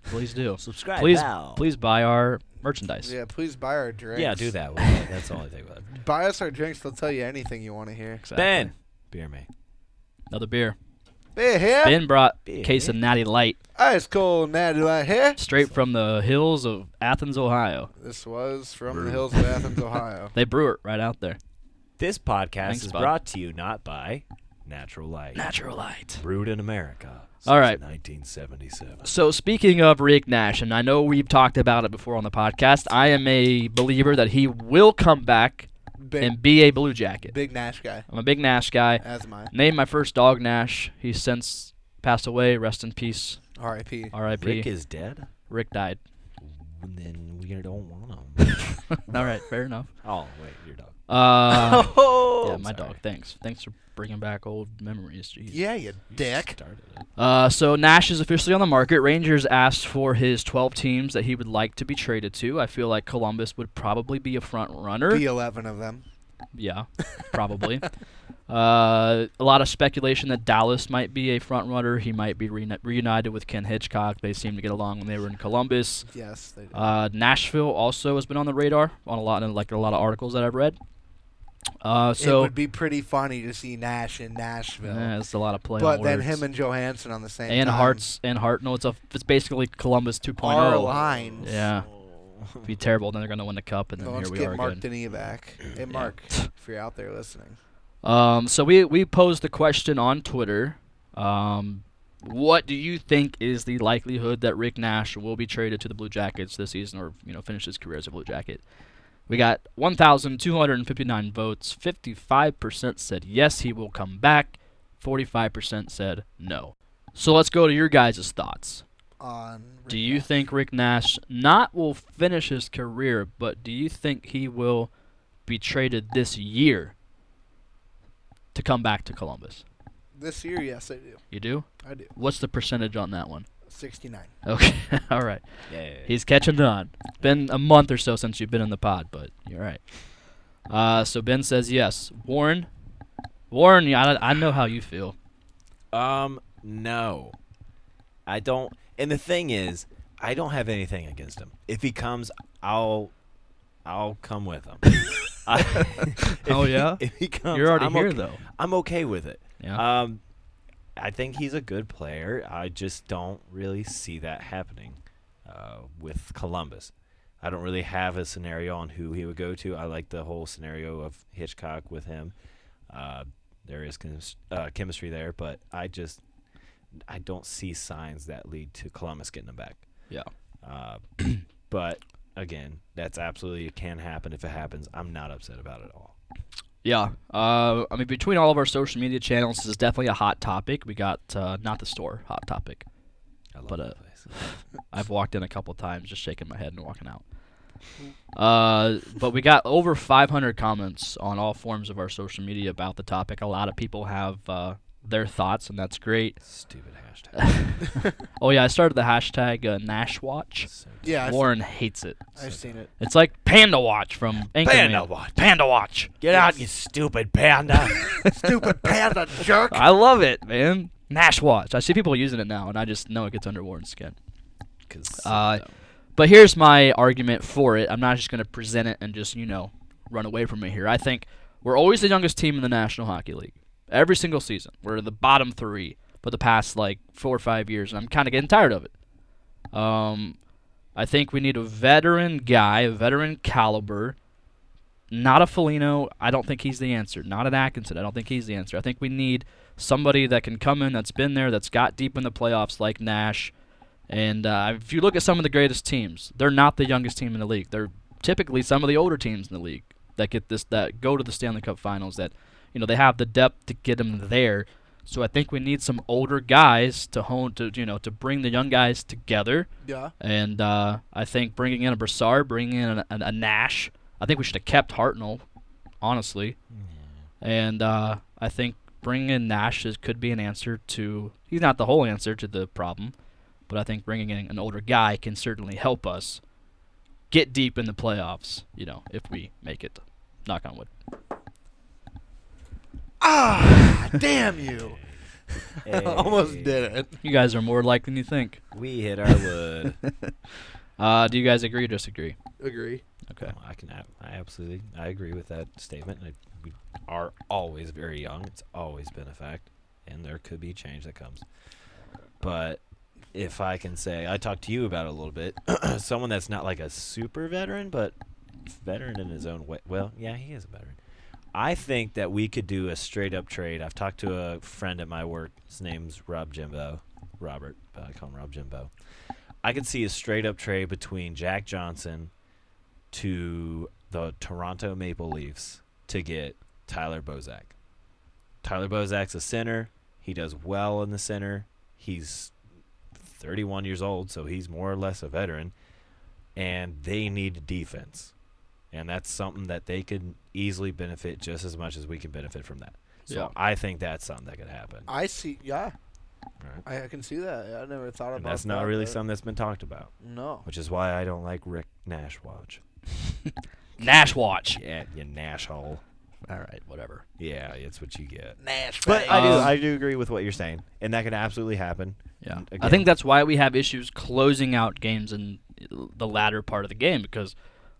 [SPEAKER 2] please do.
[SPEAKER 4] Subscribe
[SPEAKER 2] please, please buy our merchandise.
[SPEAKER 3] yeah, please buy our drinks.
[SPEAKER 4] Yeah, do that. We'll- uh, That's the only thing we'll ever do.
[SPEAKER 3] Buy us our drinks. They'll tell you anything you want to hear.
[SPEAKER 2] Exactly.
[SPEAKER 4] Ben, beer me.
[SPEAKER 2] another beer.
[SPEAKER 3] Hey, here,
[SPEAKER 2] Ben brought
[SPEAKER 4] Beer.
[SPEAKER 2] a case of Natty Light
[SPEAKER 3] ice cold Natty Light here.
[SPEAKER 2] straight from the hills of Athens, Ohio.
[SPEAKER 3] This was from the hills of Athens, Ohio.
[SPEAKER 2] They brew it right out there.
[SPEAKER 4] This podcast
[SPEAKER 2] Thanks,
[SPEAKER 4] is
[SPEAKER 2] bud.
[SPEAKER 4] brought to you not by Natural Light,
[SPEAKER 2] Natural Light.
[SPEAKER 4] brewed in America. Since
[SPEAKER 2] All right.
[SPEAKER 4] 1977.
[SPEAKER 2] So speaking of Rick Nash, and I know we've talked about it before on the podcast, I am a believer that he will come back
[SPEAKER 3] Big,
[SPEAKER 2] and be a Blue Jacket.
[SPEAKER 3] big Nash guy,
[SPEAKER 2] I'm a big Nash guy.
[SPEAKER 3] as am I.
[SPEAKER 2] Named my first dog Nash. He's since passed away. Rest in peace.
[SPEAKER 3] R.I.P.
[SPEAKER 2] R.I.P.
[SPEAKER 4] Rick is dead.
[SPEAKER 2] Rick died.
[SPEAKER 4] and Then we don't want him.
[SPEAKER 2] All right, fair enough.
[SPEAKER 4] oh wait, your dog.
[SPEAKER 2] Uh, yeah, my
[SPEAKER 4] sorry.
[SPEAKER 2] dog. Thanks. Thanks for bringing back old memories. Jeez.
[SPEAKER 3] Yeah, you dick.
[SPEAKER 4] Started it.
[SPEAKER 2] Uh, so Nash is officially on the market. Rangers asked for his 12 teams that he would like to be traded to. I feel like Columbus would probably be a front runner.
[SPEAKER 3] Be eleven of them.
[SPEAKER 2] Yeah, probably. uh, a lot of speculation that Dallas might be a front runner. He might be reuni- reunited with Ken Hitchcock. They seemed to get along when they were in Columbus.
[SPEAKER 3] Yes, they do.
[SPEAKER 2] Uh, Nashville also has been on the radar on a lot of like a lot of articles that I've read. Uh,
[SPEAKER 3] it
[SPEAKER 2] so
[SPEAKER 3] would be pretty funny to see Nash in Nashville,
[SPEAKER 2] yeah, it's a lot of play.
[SPEAKER 3] but
[SPEAKER 2] on
[SPEAKER 3] then
[SPEAKER 2] words.
[SPEAKER 3] him and Johansson on the same
[SPEAKER 2] and
[SPEAKER 3] time.
[SPEAKER 2] Hearts and Hart. No, it's a it's basically Columbus oh. 2.0.
[SPEAKER 3] Our line.
[SPEAKER 2] Yeah,
[SPEAKER 4] Oh.
[SPEAKER 2] It'd be terrible. Then they're gonna win the cup, and then
[SPEAKER 3] Well,
[SPEAKER 2] here
[SPEAKER 3] let's
[SPEAKER 2] we
[SPEAKER 3] get
[SPEAKER 2] are
[SPEAKER 3] Mark
[SPEAKER 2] again.
[SPEAKER 3] Denea back. Hey, Mark, if you're out there listening,
[SPEAKER 2] Um, so we we posed the question on Twitter. Um, what do you think is the likelihood that Rick Nash will be traded to the Blue Jackets this season, or you know, finish his career as a Blue Jacket? We got 1,259 votes. 55% said yes, he will come back. 45% said no. So let's go to your guys' thoughts.
[SPEAKER 3] on
[SPEAKER 2] Do you think Rick Nash not will finish his career, but do you think he will be traded this year to come back to Columbus?
[SPEAKER 3] this year? Yes, I do.
[SPEAKER 2] You do?
[SPEAKER 3] I do.
[SPEAKER 2] What's the percentage on that one?
[SPEAKER 3] 69.
[SPEAKER 2] Okay, all right.
[SPEAKER 4] Yeah.
[SPEAKER 2] He's catching on. It's been a month or so since you've been in the pod, but you're right. Uh, so Ben says yes. Warren, Warren, yeah, I, I know how you feel.
[SPEAKER 4] Um, no. I don't. And the thing is, I don't have anything against him. If he comes, I'll, I'll come with him. I- if
[SPEAKER 2] Oh,
[SPEAKER 4] he-
[SPEAKER 2] yeah?
[SPEAKER 4] if he comes,
[SPEAKER 2] You're already
[SPEAKER 4] I'm
[SPEAKER 2] here
[SPEAKER 4] okay-
[SPEAKER 2] though.
[SPEAKER 4] I'm okay with it.
[SPEAKER 2] Yeah.
[SPEAKER 4] Um, I think he's a good player. I just don't really see that happening uh, with Columbus. I don't really have a scenario on who he would go to. I like the whole scenario of Hitchcock with him. Uh, there is chemis- uh, chemistry there, but I just I don't see signs that lead to Columbus getting him back.
[SPEAKER 2] yeah.
[SPEAKER 4] Uh, but again, that's absolutely it can happen. If it happens, I'm not upset about it at all.
[SPEAKER 2] Yeah. Uh, I mean, between all of our social media channels, this is definitely a hot topic. We got uh, not the store hot topic.
[SPEAKER 4] I love
[SPEAKER 2] But,
[SPEAKER 4] that
[SPEAKER 2] uh,
[SPEAKER 4] place.
[SPEAKER 2] I've walked in a couple times, just shaking my head and walking out. Uh, but we got over 500 comments on all forms of our social media about the topic. A lot of people have uh, their thoughts, and that's great.
[SPEAKER 4] Stupid hashtag.
[SPEAKER 2] Oh yeah, I started the hashtag uh, Nash Watch.
[SPEAKER 4] So
[SPEAKER 3] Yeah, I've,
[SPEAKER 2] Warren hates it.
[SPEAKER 3] I've seen it.
[SPEAKER 2] It's like Panda Watch from Anchorman.
[SPEAKER 4] Panda Watch.
[SPEAKER 2] Panda Watch.
[SPEAKER 4] Get out, you stupid panda.
[SPEAKER 3] Stupid panda jerk.
[SPEAKER 2] I love it, man. Nash Watch. I see people using it now, and I just know it gets under Warren's skin. Uh, but here's my argument for it. I'm not just going to present it and just, you know, run away from it here. I think we're always the youngest team in the National Hockey League. Every single season, we're the bottom three for the past, like, four or five years, and I'm kind of getting tired of it. Um, I think we need a veteran guy, a veteran caliber. Not a Felino. I don't think he's the answer. Not an Atkinson. I don't think he's the answer. I think we need somebody that can come in, that's been there, that's got deep in the playoffs, like Nash. And uh, if you look at some of the greatest teams, they're not the youngest team in the league. They're typically some of the older teams in the league that get this that go to the Stanley Cup Finals. That you know they have the depth to get them there. So I think we need some older guys to hone to you know to bring the young guys together.
[SPEAKER 3] Yeah.
[SPEAKER 2] And uh, I think bringing in a Brassard, bringing in a, a, a Nash, I think we should have kept Hartnell, honestly. And uh, I think bringing in Nash is, could be an answer to. He's not the whole answer to the problem, but I think bringing in an older guy can certainly help us get deep in the playoffs. You know, if we make it. Knock on wood.
[SPEAKER 3] Ah, damn you!
[SPEAKER 4] Hey,
[SPEAKER 3] Almost did it.
[SPEAKER 2] You guys are more like than you think.
[SPEAKER 4] We hit our wood.
[SPEAKER 2] Uh, do you guys agree or disagree?
[SPEAKER 3] Agree.
[SPEAKER 2] Okay.
[SPEAKER 4] I can. ab- I absolutely. I agree with that statement. I, we are always very young. It's always been a fact, and there could be change that comes. But if I can say, I talked to you about it a little bit. someone that's not like a super veteran, but veteran in his own way. Well, yeah, he is a veteran. I think that we could do a straight up trade. I've talked to a friend at my work. His name's Rob Jimbo, Robert. But I call him Rob Jimbo. I could see a straight up trade between Jack Johnson to the Toronto Maple Leafs to get Tyler Bozak. Tyler Bozak's a center. He does well in the center. He's 31 years old, so he's more or less a veteran. And they need defense. And that's something that they could easily benefit just as much as we can benefit from that. So
[SPEAKER 2] Yeah.
[SPEAKER 4] I think that's something that could happen.
[SPEAKER 3] I see. Yeah,
[SPEAKER 4] Right.
[SPEAKER 3] I, I can see that. I never thought
[SPEAKER 4] And
[SPEAKER 3] about.
[SPEAKER 4] that's not really
[SPEAKER 3] something.
[SPEAKER 4] something that's been talked about,
[SPEAKER 3] No.
[SPEAKER 4] which is why I don't like Rick Nash watch.
[SPEAKER 2] Nash watch.
[SPEAKER 4] Yeah, you Nash hole.
[SPEAKER 2] All right, whatever.
[SPEAKER 4] Yeah, it's what you get.
[SPEAKER 3] Nash.
[SPEAKER 4] But
[SPEAKER 3] But
[SPEAKER 4] I do
[SPEAKER 2] Um,
[SPEAKER 4] I do agree with what you're saying, and that could absolutely happen.
[SPEAKER 2] Yeah.
[SPEAKER 4] Again.
[SPEAKER 2] I think that's why we have issues closing out games in the latter part of the game because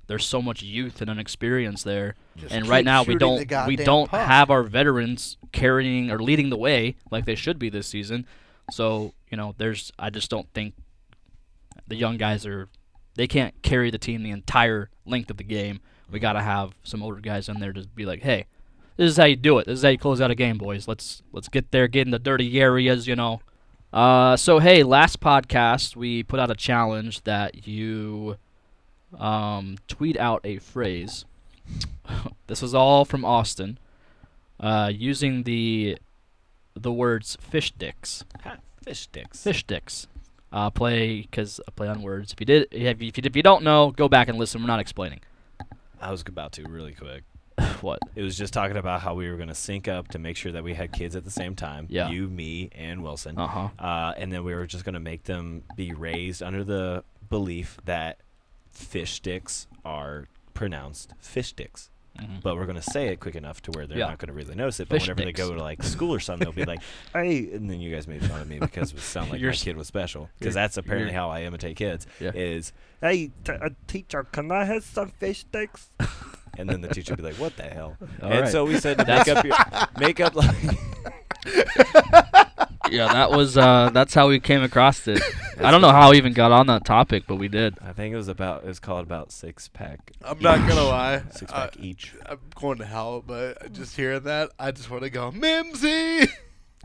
[SPEAKER 2] there's so much youth and inexperience there.
[SPEAKER 3] Just
[SPEAKER 2] and right
[SPEAKER 3] keep
[SPEAKER 2] now we
[SPEAKER 3] shooting the
[SPEAKER 2] don't we
[SPEAKER 3] goddamn
[SPEAKER 2] don't
[SPEAKER 3] puck.
[SPEAKER 2] have our veterans carrying or leading the way like they should be this season. So, you know, there's I just don't think the young guys are they can't carry the team the entire length of the game.
[SPEAKER 3] Mm-hmm.
[SPEAKER 2] We got to have some older guys in there to be like, "Hey, this is how you do it. This is how you close out a game, boys. Let's let's get there, get in the dirty areas, you know." Uh, so hey, last podcast we put out a challenge that you um, tweet out a phrase. this is all from Austin, uh, using the the words fish dicks,
[SPEAKER 4] fish sticks.
[SPEAKER 2] fish dicks. Uh, play because play on words. If you did, if you, if you if you don't know, go back and listen. We're not explaining
[SPEAKER 4] I was about to really quick.
[SPEAKER 2] what.
[SPEAKER 4] It was just talking about how we were going to sync up to make sure that we had kids at the same time.
[SPEAKER 2] Yeah.
[SPEAKER 4] You, me, and Wilson.
[SPEAKER 2] Uh huh.
[SPEAKER 4] Uh, and then we were just going to make them be raised under the belief that fish sticks are pronounced fish sticks.
[SPEAKER 2] Mm-hmm.
[SPEAKER 4] But we're going to say it quick enough to where they're
[SPEAKER 2] Yeah.
[SPEAKER 4] not going to really notice it. But
[SPEAKER 2] Fish
[SPEAKER 4] whenever
[SPEAKER 2] sticks.
[SPEAKER 4] they go to like school or something, they'll be like, "Hey!" And then you guys made fun of me because it sounded like
[SPEAKER 2] You're
[SPEAKER 4] my
[SPEAKER 2] s-
[SPEAKER 4] kid was special.
[SPEAKER 2] you're-
[SPEAKER 4] Because that's apparently
[SPEAKER 2] you're-
[SPEAKER 4] how I imitate kids.
[SPEAKER 2] Yeah.
[SPEAKER 4] Is
[SPEAKER 5] Hey, t- uh, teacher, can I have some fish sticks?
[SPEAKER 4] and then the teacher would be like, "What the hell?"
[SPEAKER 2] All
[SPEAKER 4] and
[SPEAKER 2] right.
[SPEAKER 4] so we said, to "Make up your, make up like."
[SPEAKER 2] yeah, that was uh, that's how we came across it. I don't know how we even got on that topic, but we did.
[SPEAKER 4] I think it was about. It was called about six pack.
[SPEAKER 3] I'm not gonna lie. Uh,
[SPEAKER 4] Six
[SPEAKER 3] I,
[SPEAKER 4] pack each.
[SPEAKER 3] I'm going to hell, but just hearing that, I just want to go, Mimsy.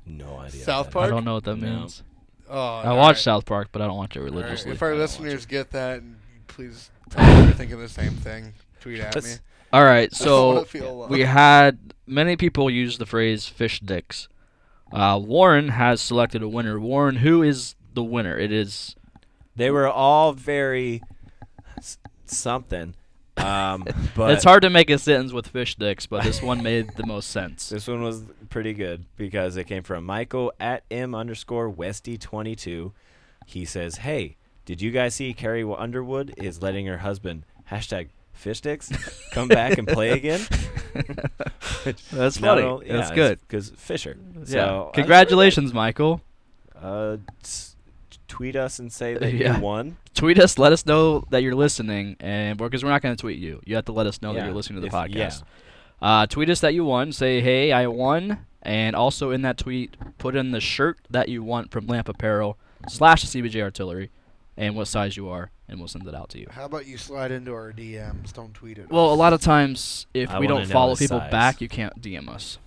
[SPEAKER 4] No idea.
[SPEAKER 3] South
[SPEAKER 4] man.
[SPEAKER 3] Park?
[SPEAKER 2] I don't know what that
[SPEAKER 4] No.
[SPEAKER 2] means.
[SPEAKER 3] Oh,
[SPEAKER 2] I watch South Park, but I don't watch it religiously.
[SPEAKER 3] If our
[SPEAKER 4] I don't watch
[SPEAKER 3] listeners get that, and please tell me you're thinking the same thing. Tweet at me.
[SPEAKER 4] That's-
[SPEAKER 2] All right,
[SPEAKER 3] I don't wanna
[SPEAKER 2] so
[SPEAKER 3] feel uh, alone.
[SPEAKER 2] we had many people use the phrase "fish dicks." Uh, Warren has selected a winner. Warren, who is the winner? It is
[SPEAKER 4] They were all very s- something. Um, but
[SPEAKER 2] it's hard to make a sentence with fish dicks, but this one made the most sense.
[SPEAKER 4] This one was pretty good because it came from Michael at m underscore westy twenty two. He says, "Hey, did you guys see Carrie Underwood is letting her husband hashtag fishsticks come back and play again?"
[SPEAKER 2] That's funny. That's good.
[SPEAKER 4] because Fisher.
[SPEAKER 2] yeah.
[SPEAKER 4] So I just read
[SPEAKER 2] Congratulations, Michael.
[SPEAKER 4] that. Uh, s- tweet us and say that
[SPEAKER 2] Yeah.
[SPEAKER 4] you won.
[SPEAKER 2] Tweet us. Let us know that you're listening, and because we're not going to tweet you, you have to let us know that
[SPEAKER 4] Yeah,
[SPEAKER 2] you're listening to the
[SPEAKER 4] if- yeah.
[SPEAKER 2] podcast. Uh, tweet us that you won. Say, hey, I won. And also in that tweet, put in the shirt that you want from Lamp Apparel slash the CBJ Artillery and what size you are, and we'll send it out to you.
[SPEAKER 3] How about you slide into our DMs? Don't tweet it.
[SPEAKER 2] Well, a lot of times, if
[SPEAKER 4] I
[SPEAKER 2] we
[SPEAKER 4] wanna
[SPEAKER 2] don't
[SPEAKER 4] know
[SPEAKER 2] follow
[SPEAKER 4] the
[SPEAKER 2] people
[SPEAKER 4] size.
[SPEAKER 2] back, you can't DM us.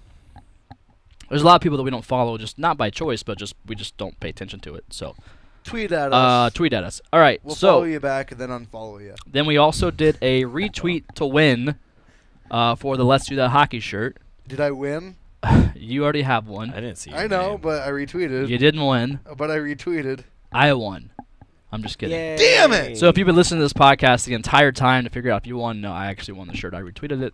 [SPEAKER 2] There's a lot of people that we don't follow, just not by choice, but just we just don't pay attention to it. So,
[SPEAKER 3] tweet at
[SPEAKER 2] uh,
[SPEAKER 3] us.
[SPEAKER 2] tweet at us. All right,
[SPEAKER 3] we'll follow
[SPEAKER 2] so
[SPEAKER 3] you back and then unfollow you.
[SPEAKER 2] then we also did a retweet to win uh, for the Let's Do That hockey shirt.
[SPEAKER 3] Did I win?
[SPEAKER 2] You already have one.
[SPEAKER 4] I didn't see.
[SPEAKER 3] I
[SPEAKER 4] your
[SPEAKER 3] know,
[SPEAKER 4] name.
[SPEAKER 3] but I retweeted.
[SPEAKER 2] You didn't win.
[SPEAKER 3] Oh, But I retweeted.
[SPEAKER 2] I won. I'm just kidding.
[SPEAKER 3] Damn it!
[SPEAKER 2] So if you've been listening to this podcast the entire time to figure out if you won, no, I actually won the shirt. I retweeted it.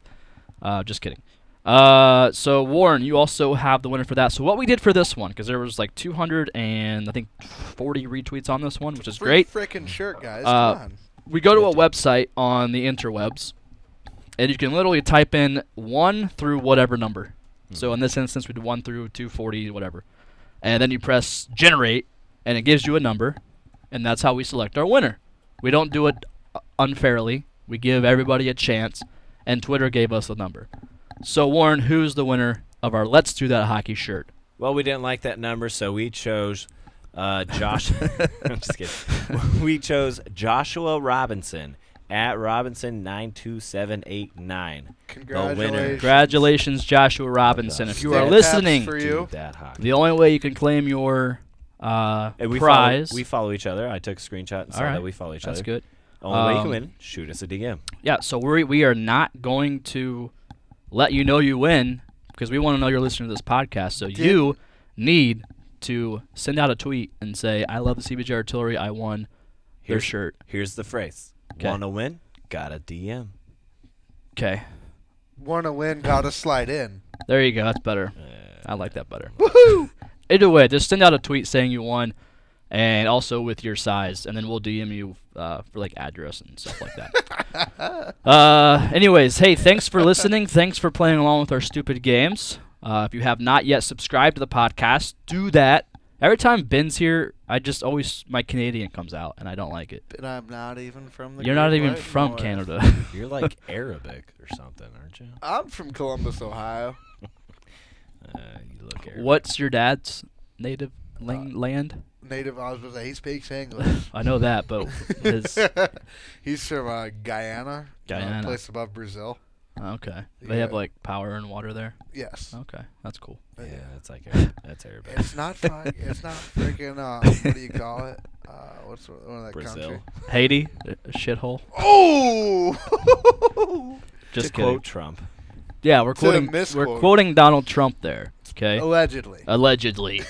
[SPEAKER 2] Uh, just kidding. Uh, so Warren, you also have the winner for that. So what we did for this one, because there was like 200 and I think 40 retweets on this one, which is great.
[SPEAKER 3] Freaking shirt, guys.
[SPEAKER 2] Uh,
[SPEAKER 3] Come on.
[SPEAKER 2] We go to a website on the interwebs, and you can literally type in one through whatever number. So in this instance, we did one through 240, whatever, and then you press generate, and it gives you a number, and that's how we select our winner. We don't do it uh, unfairly. We give everybody a chance, and Twitter gave us a number. So Warren, who's the winner of our Let's Do That Hockey shirt?
[SPEAKER 4] Well, we didn't like that number, so we chose uh, Josh. I'm just kidding. We chose Joshua Robinson at Robinson nine two seven eight nine.
[SPEAKER 3] Congratulations.
[SPEAKER 2] Congratulations, Joshua Robinson. If you are
[SPEAKER 3] Stand taps
[SPEAKER 2] listening,
[SPEAKER 3] for
[SPEAKER 4] Dude,
[SPEAKER 3] you.
[SPEAKER 4] that hot.
[SPEAKER 2] The only way you can claim your uh,
[SPEAKER 4] And we
[SPEAKER 2] prize.
[SPEAKER 4] Follow, we follow each other. I took a screenshot and saw
[SPEAKER 2] All right.
[SPEAKER 4] that we follow each
[SPEAKER 2] that's
[SPEAKER 4] other.
[SPEAKER 2] good.
[SPEAKER 4] Only way you
[SPEAKER 2] Um,
[SPEAKER 4] can win, shoot us a DM.
[SPEAKER 2] Yeah, so we we are not going to let you know you win because we want to know you're listening to this podcast. So you need to send out a tweet and say, "I love the CBJ artillery. I won their
[SPEAKER 4] Here's-
[SPEAKER 2] shirt."
[SPEAKER 4] Here's the phrase.
[SPEAKER 2] 'Kay.
[SPEAKER 4] Wanna win? Gotta DM.
[SPEAKER 2] Okay,
[SPEAKER 3] Want to win? Gotta slide in.
[SPEAKER 2] there you go. That's better.
[SPEAKER 4] Uh,
[SPEAKER 2] I like that better. Woohoo! Either way, just send out a tweet saying you won, and also with your size, and then we'll DM you uh, for like address and stuff like that. uh, anyways, hey, thanks for listening. Thanks for playing along with our stupid games. Uh, if you have not yet subscribed to the podcast, do that. Every time Ben's here, I just always my Canadian comes out, and I don't like it.
[SPEAKER 3] And I'm not even from the.
[SPEAKER 2] You're not
[SPEAKER 3] Great
[SPEAKER 2] even
[SPEAKER 3] White
[SPEAKER 2] from
[SPEAKER 3] North.
[SPEAKER 2] Canada.
[SPEAKER 4] You're like Arabic or something, aren't you?
[SPEAKER 3] I'm from Columbus, Ohio.
[SPEAKER 4] Uh, you look Arabic.
[SPEAKER 2] What's your dad's native
[SPEAKER 4] Uh,
[SPEAKER 2] lang- land?
[SPEAKER 3] Native Osborne. He speaks English.
[SPEAKER 2] I know that, but his
[SPEAKER 3] He's from uh, Guyana,
[SPEAKER 2] Guyana.
[SPEAKER 3] a place above Brazil.
[SPEAKER 2] Okay. They have
[SPEAKER 3] Yeah.
[SPEAKER 2] like power and water there.
[SPEAKER 3] Yes.
[SPEAKER 2] Okay, that's cool.
[SPEAKER 4] Yeah, that's like Arabic. that's Arabic.
[SPEAKER 3] It's not. Fun. it's not freaking. Uh, what do you call it? Uh, what's one of that country?
[SPEAKER 4] Brazil.
[SPEAKER 2] Haiti, a a shithole.
[SPEAKER 3] Oh!
[SPEAKER 2] Just
[SPEAKER 4] to
[SPEAKER 2] kidding.
[SPEAKER 4] quote Trump.
[SPEAKER 2] yeah, we're quoting we're
[SPEAKER 3] misquote.
[SPEAKER 2] quoting Donald Trump there. Okay.
[SPEAKER 3] Allegedly.
[SPEAKER 2] Allegedly.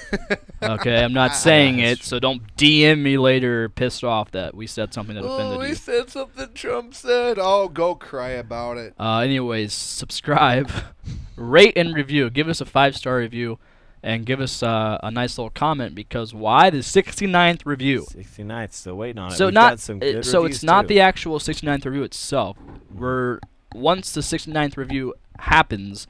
[SPEAKER 2] okay, I'm
[SPEAKER 4] Ah,
[SPEAKER 2] not saying it, so don't DM me later pissed off that we said something that
[SPEAKER 3] Oh,
[SPEAKER 2] offended
[SPEAKER 3] he
[SPEAKER 2] you.
[SPEAKER 3] said something Trump said. Oh, go cry about it.
[SPEAKER 2] Uh, anyways, subscribe, rate and review. Give us a five star review, and give us uh, a nice little comment because why the 69th review?
[SPEAKER 4] 69th, still waiting on it.
[SPEAKER 2] So
[SPEAKER 4] We've
[SPEAKER 2] not
[SPEAKER 4] got some
[SPEAKER 2] uh,
[SPEAKER 4] good
[SPEAKER 2] so
[SPEAKER 4] reviews,
[SPEAKER 2] it's not
[SPEAKER 4] too.
[SPEAKER 2] the actual 69th review itself. We're once the 69th review happens,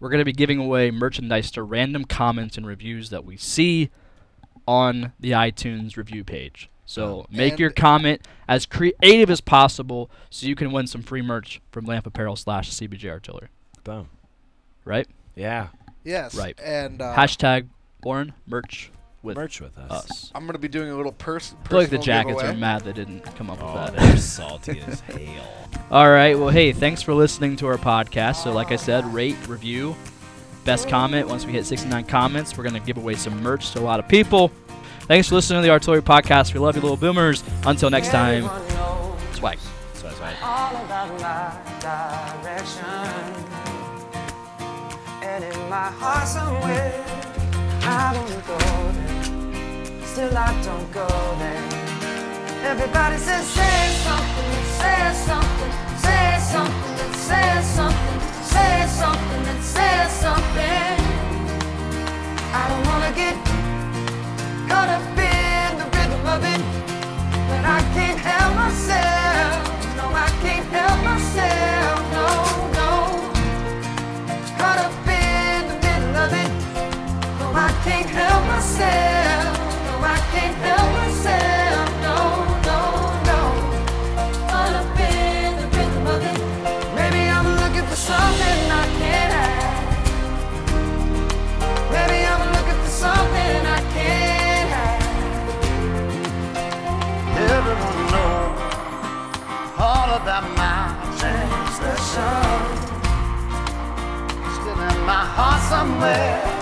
[SPEAKER 2] we're going to be giving away merchandise to random comments and reviews that we see on the iTunes review page. So make
[SPEAKER 3] And-
[SPEAKER 2] your comment as creative as possible so you can win some free merch from Lamp Apparel slash CBJ Artillery.
[SPEAKER 4] Boom.
[SPEAKER 2] Right?
[SPEAKER 4] Yeah.
[SPEAKER 3] Yes.
[SPEAKER 2] Right.
[SPEAKER 3] And uh,
[SPEAKER 2] Hashtag Warren merch with
[SPEAKER 4] Merch with us.
[SPEAKER 2] us.
[SPEAKER 3] I'm gonna be doing a little person.
[SPEAKER 2] I feel like the jackets
[SPEAKER 3] giveaway.
[SPEAKER 2] are mad they didn't come up
[SPEAKER 4] Oh,
[SPEAKER 2] with that.
[SPEAKER 4] they're salty as hell.
[SPEAKER 2] All right. Well, hey, thanks for listening to our podcast. So, like I said, rate, review, best comment. Once we hit 69 comments, we're going to give away some merch to a lot of people. Thanks for listening to the Artillery Podcast. We love you, little boomers. Until next time,
[SPEAKER 6] Everyone knows
[SPEAKER 2] swag.
[SPEAKER 4] So that's right.
[SPEAKER 6] all about my direction. And in my heart somewhere, I wanna go there. Still I don't go there. Everybody says, say something, say something, say something, and say something, say something, and say something. I don't wanna get caught up in the rhythm of it. But I can't help myself. No, I can't help myself. No, no. Caught up in the middle of it. No, I can't help myself. No, I can't help myself. No, no, no. Caught up in the rhythm of it. Maybe I'm looking for something I can't have. Maybe I'm looking for something I can't have. Everyone knows all about my transgression. Still in my heart somewhere,